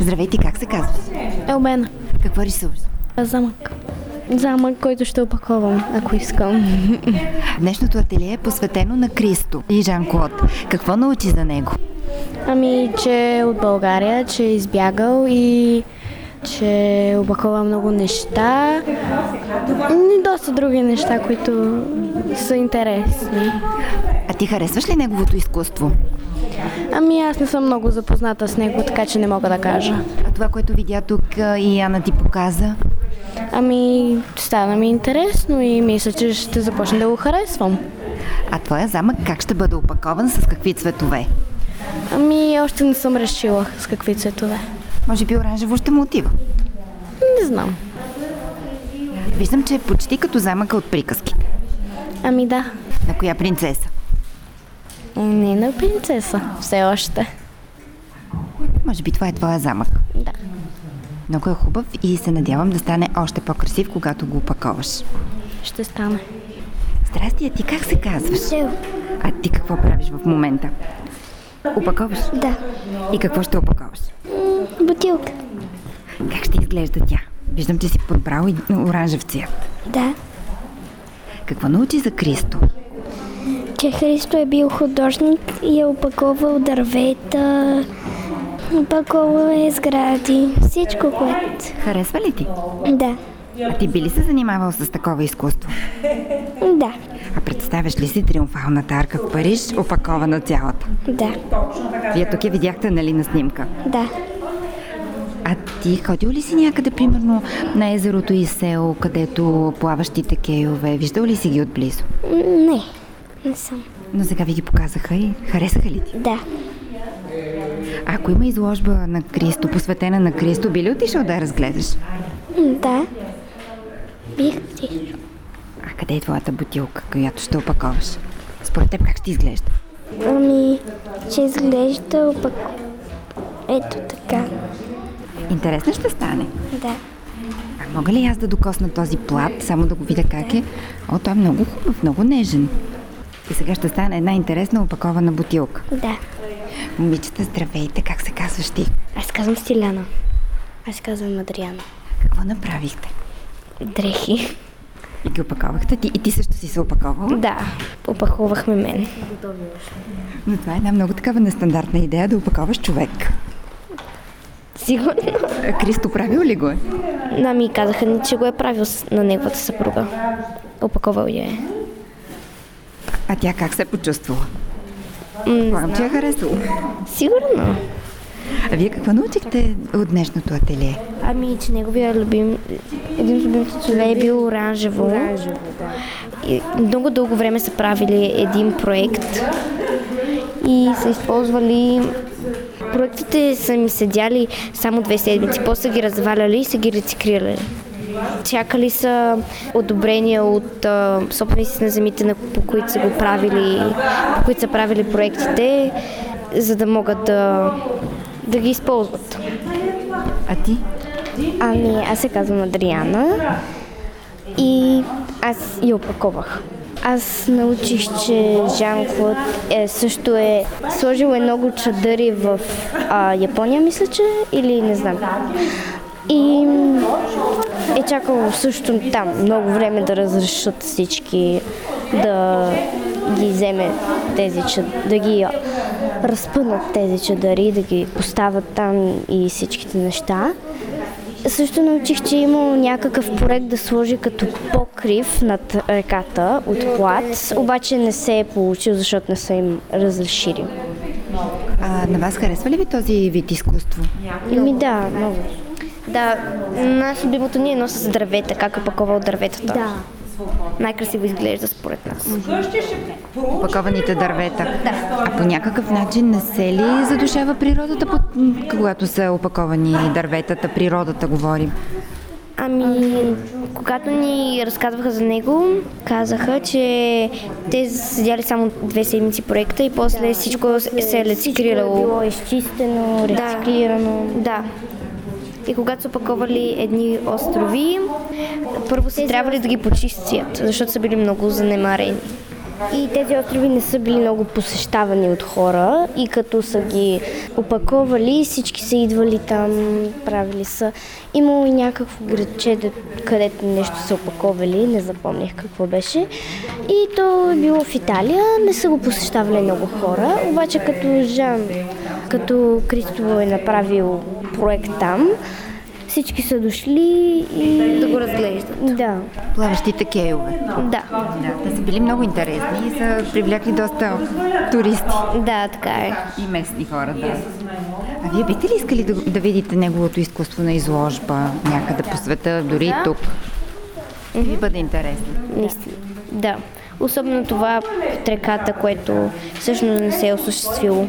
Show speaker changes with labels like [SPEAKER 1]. [SPEAKER 1] Здравейте, как се казва?
[SPEAKER 2] Елмена.
[SPEAKER 1] Какво рисуваш?
[SPEAKER 2] Е, Замък. Замък, който ще опаковам, ако искам.
[SPEAKER 1] Днешното ателие е посветено на Кристо и Жан Клод. Какво научи за него?
[SPEAKER 2] Ами, че е от България, че е избягал и че опакова много неща и доста други неща, които са интересни.
[SPEAKER 1] А ти харесваш ли неговото изкуство?
[SPEAKER 2] Ами аз не съм много запозната с него, така че не мога да кажа.
[SPEAKER 1] А това, което видя тук а, и Яна ти показа?
[SPEAKER 2] Ами стана ми интересно и мисля, че ще започна да го харесвам.
[SPEAKER 1] А твоя замък как ще бъде опакован, с какви цветове?
[SPEAKER 2] Ами още не съм решила с какви цветове.
[SPEAKER 1] Може би оранжево ще му отива.
[SPEAKER 2] Не знам.
[SPEAKER 1] Виждам, че е почти като замъка от приказките.
[SPEAKER 2] Ами да,
[SPEAKER 1] На коя принцеса?
[SPEAKER 2] не на принцеса все още.
[SPEAKER 1] Може би това е твоя замък.
[SPEAKER 2] Да.
[SPEAKER 1] Много е хубав и се надявам да стане още по-красив, когато го опаковаш.
[SPEAKER 2] Ще стане.
[SPEAKER 1] Здрасти, а ти как се казваш?
[SPEAKER 3] Жил.
[SPEAKER 1] А ти какво правиш в момента? Опаковаш?
[SPEAKER 3] Да.
[SPEAKER 1] И какво ще опаковаш?
[SPEAKER 3] Бутилка.
[SPEAKER 1] Как ще изглежда тя? Виждам, че си подбрал и оранжев цвят.
[SPEAKER 3] Да.
[SPEAKER 1] Какво научи за Кристо?
[SPEAKER 3] Че Христо е бил художник и е опаковал дървета, опаковал е сгради, всичко което.
[SPEAKER 1] Харесва ли ти?
[SPEAKER 3] Да.
[SPEAKER 1] А ти би ли се занимавал с такова изкуство?
[SPEAKER 3] Да.
[SPEAKER 1] А представяш ли си триумфалната арка в Париж, опакована цялата?
[SPEAKER 3] Да.
[SPEAKER 1] Вие тук я видяхте, нали, на снимка?
[SPEAKER 3] Да.
[SPEAKER 1] А ти ходил ли си някъде, примерно, на езерото и село, където плаващите кейове? Виждал ли си ги отблизо?
[SPEAKER 3] М, Не. Не съм.
[SPEAKER 1] Но сега ви ги показаха и харесаха ли ти?
[SPEAKER 3] Да.
[SPEAKER 1] А Ако има изложба на Кристо, посветена на Кристо, би ли отишъл да я разгледаш?
[SPEAKER 3] М, Да. Бих ти.
[SPEAKER 1] А къде е твоята бутилка, която ще опаковаш? Според теб как ще изглежда?
[SPEAKER 3] Ами, че изглежда опак... Ето така.
[SPEAKER 1] Интересно ще стане.
[SPEAKER 3] Да.
[SPEAKER 1] А мога ли аз да докосна този плат, само да го видя как е? О, той е много хубав, много нежен. И сега ще стане една интересна опакована бутилка.
[SPEAKER 3] Да.
[SPEAKER 1] Момичета, здравейте, как се казваш ти?
[SPEAKER 2] Аз казвам Стиляна. Аз казвам Адриана.
[SPEAKER 1] Какво направихте?
[SPEAKER 2] Дрехи.
[SPEAKER 1] И ги опаковахте ти, и ти също си се опаковала?
[SPEAKER 2] Да, опахувахме мен.
[SPEAKER 1] Но това е една много такава нестандартна идея да опаковаш човек.
[SPEAKER 2] Сигурно.
[SPEAKER 1] А, Кристо правил ли го е?
[SPEAKER 2] Нами казаха ни, че го е правил с- на неговата съпруга. Опаковал я е.
[SPEAKER 1] А тя как се е почувствала? Предполагам, че я е харесало.
[SPEAKER 2] Сигурно.
[SPEAKER 1] А вие какво научихте от днешното ателие?
[SPEAKER 2] Ами, че неговия любим, един от любимите цвете е бил оранжево. Оранжево, да. И много дълго време са правили един проект и са използвали Проектите са ми седяли само две седмици, после са ги разваляли и са ги рециклирали. Чакали са одобрения от а, собствениците на земите, на, по които са го правили, по които са правили проектите, за да могат да, да ги използват.
[SPEAKER 1] А ти?
[SPEAKER 2] Ами, аз се казвам Адриана и аз я опаковах. Аз научих, че Жан Клод е, също е сложил е много чадъри в а, Япония, мисля, че, или не знам. И е чакал също там много време да разрешат всички да ги вземе тези чад- да ги разпънат тези чадари, да ги поставят там и всичките неща. Също научих, че е имал някакъв проект да сложи като покрив над реката от плат, обаче не се е получил, защото не са им разрешили.
[SPEAKER 1] А, на вас харесва ли ви този вид изкуство?
[SPEAKER 2] Ими да, много. Да, най-любимото ни е носа с дървета, как е паковал дърветата. Да. Най-красиво изглежда според нас.
[SPEAKER 1] Опакованите дървета. А по някакъв начин не се ли задушава природата, под- м, когато са опаковани дърветата, природата говорим?
[SPEAKER 2] Ами, когато ни разказваха за него, казаха, че те са седяли само две седмици проекта и после всичко се- се е рециклирало. Било изчистено, рециклирано. Да. И когато са опаковали едни острови, първо са трябвали да ги почистят, защото са били много занемарени. И тези острови не са били много посещавани от хора и като са ги опаковали, всички са идвали там, правили са. Имало и някакво градче, де- където нещо са опаковали, не запомних какво беше. И то е било в Италия, не са го посещавали много хора, обаче като Жан, като Кристо е направил проект там, всички са дошли и... Да го разглеждат. Да,
[SPEAKER 1] Плаващите кейове.
[SPEAKER 2] да.
[SPEAKER 1] Да, те са били много интересни и са привлякли доста туристи
[SPEAKER 2] Да, така е.
[SPEAKER 1] и местни хора, да. А вие бихте ли искали да, да видите неговото изкуство на изложба някъде по света, дори и тук? Ви бъде интересно.
[SPEAKER 2] Наистина. Да. Особено това от реката, което всъщност не се е осъществило.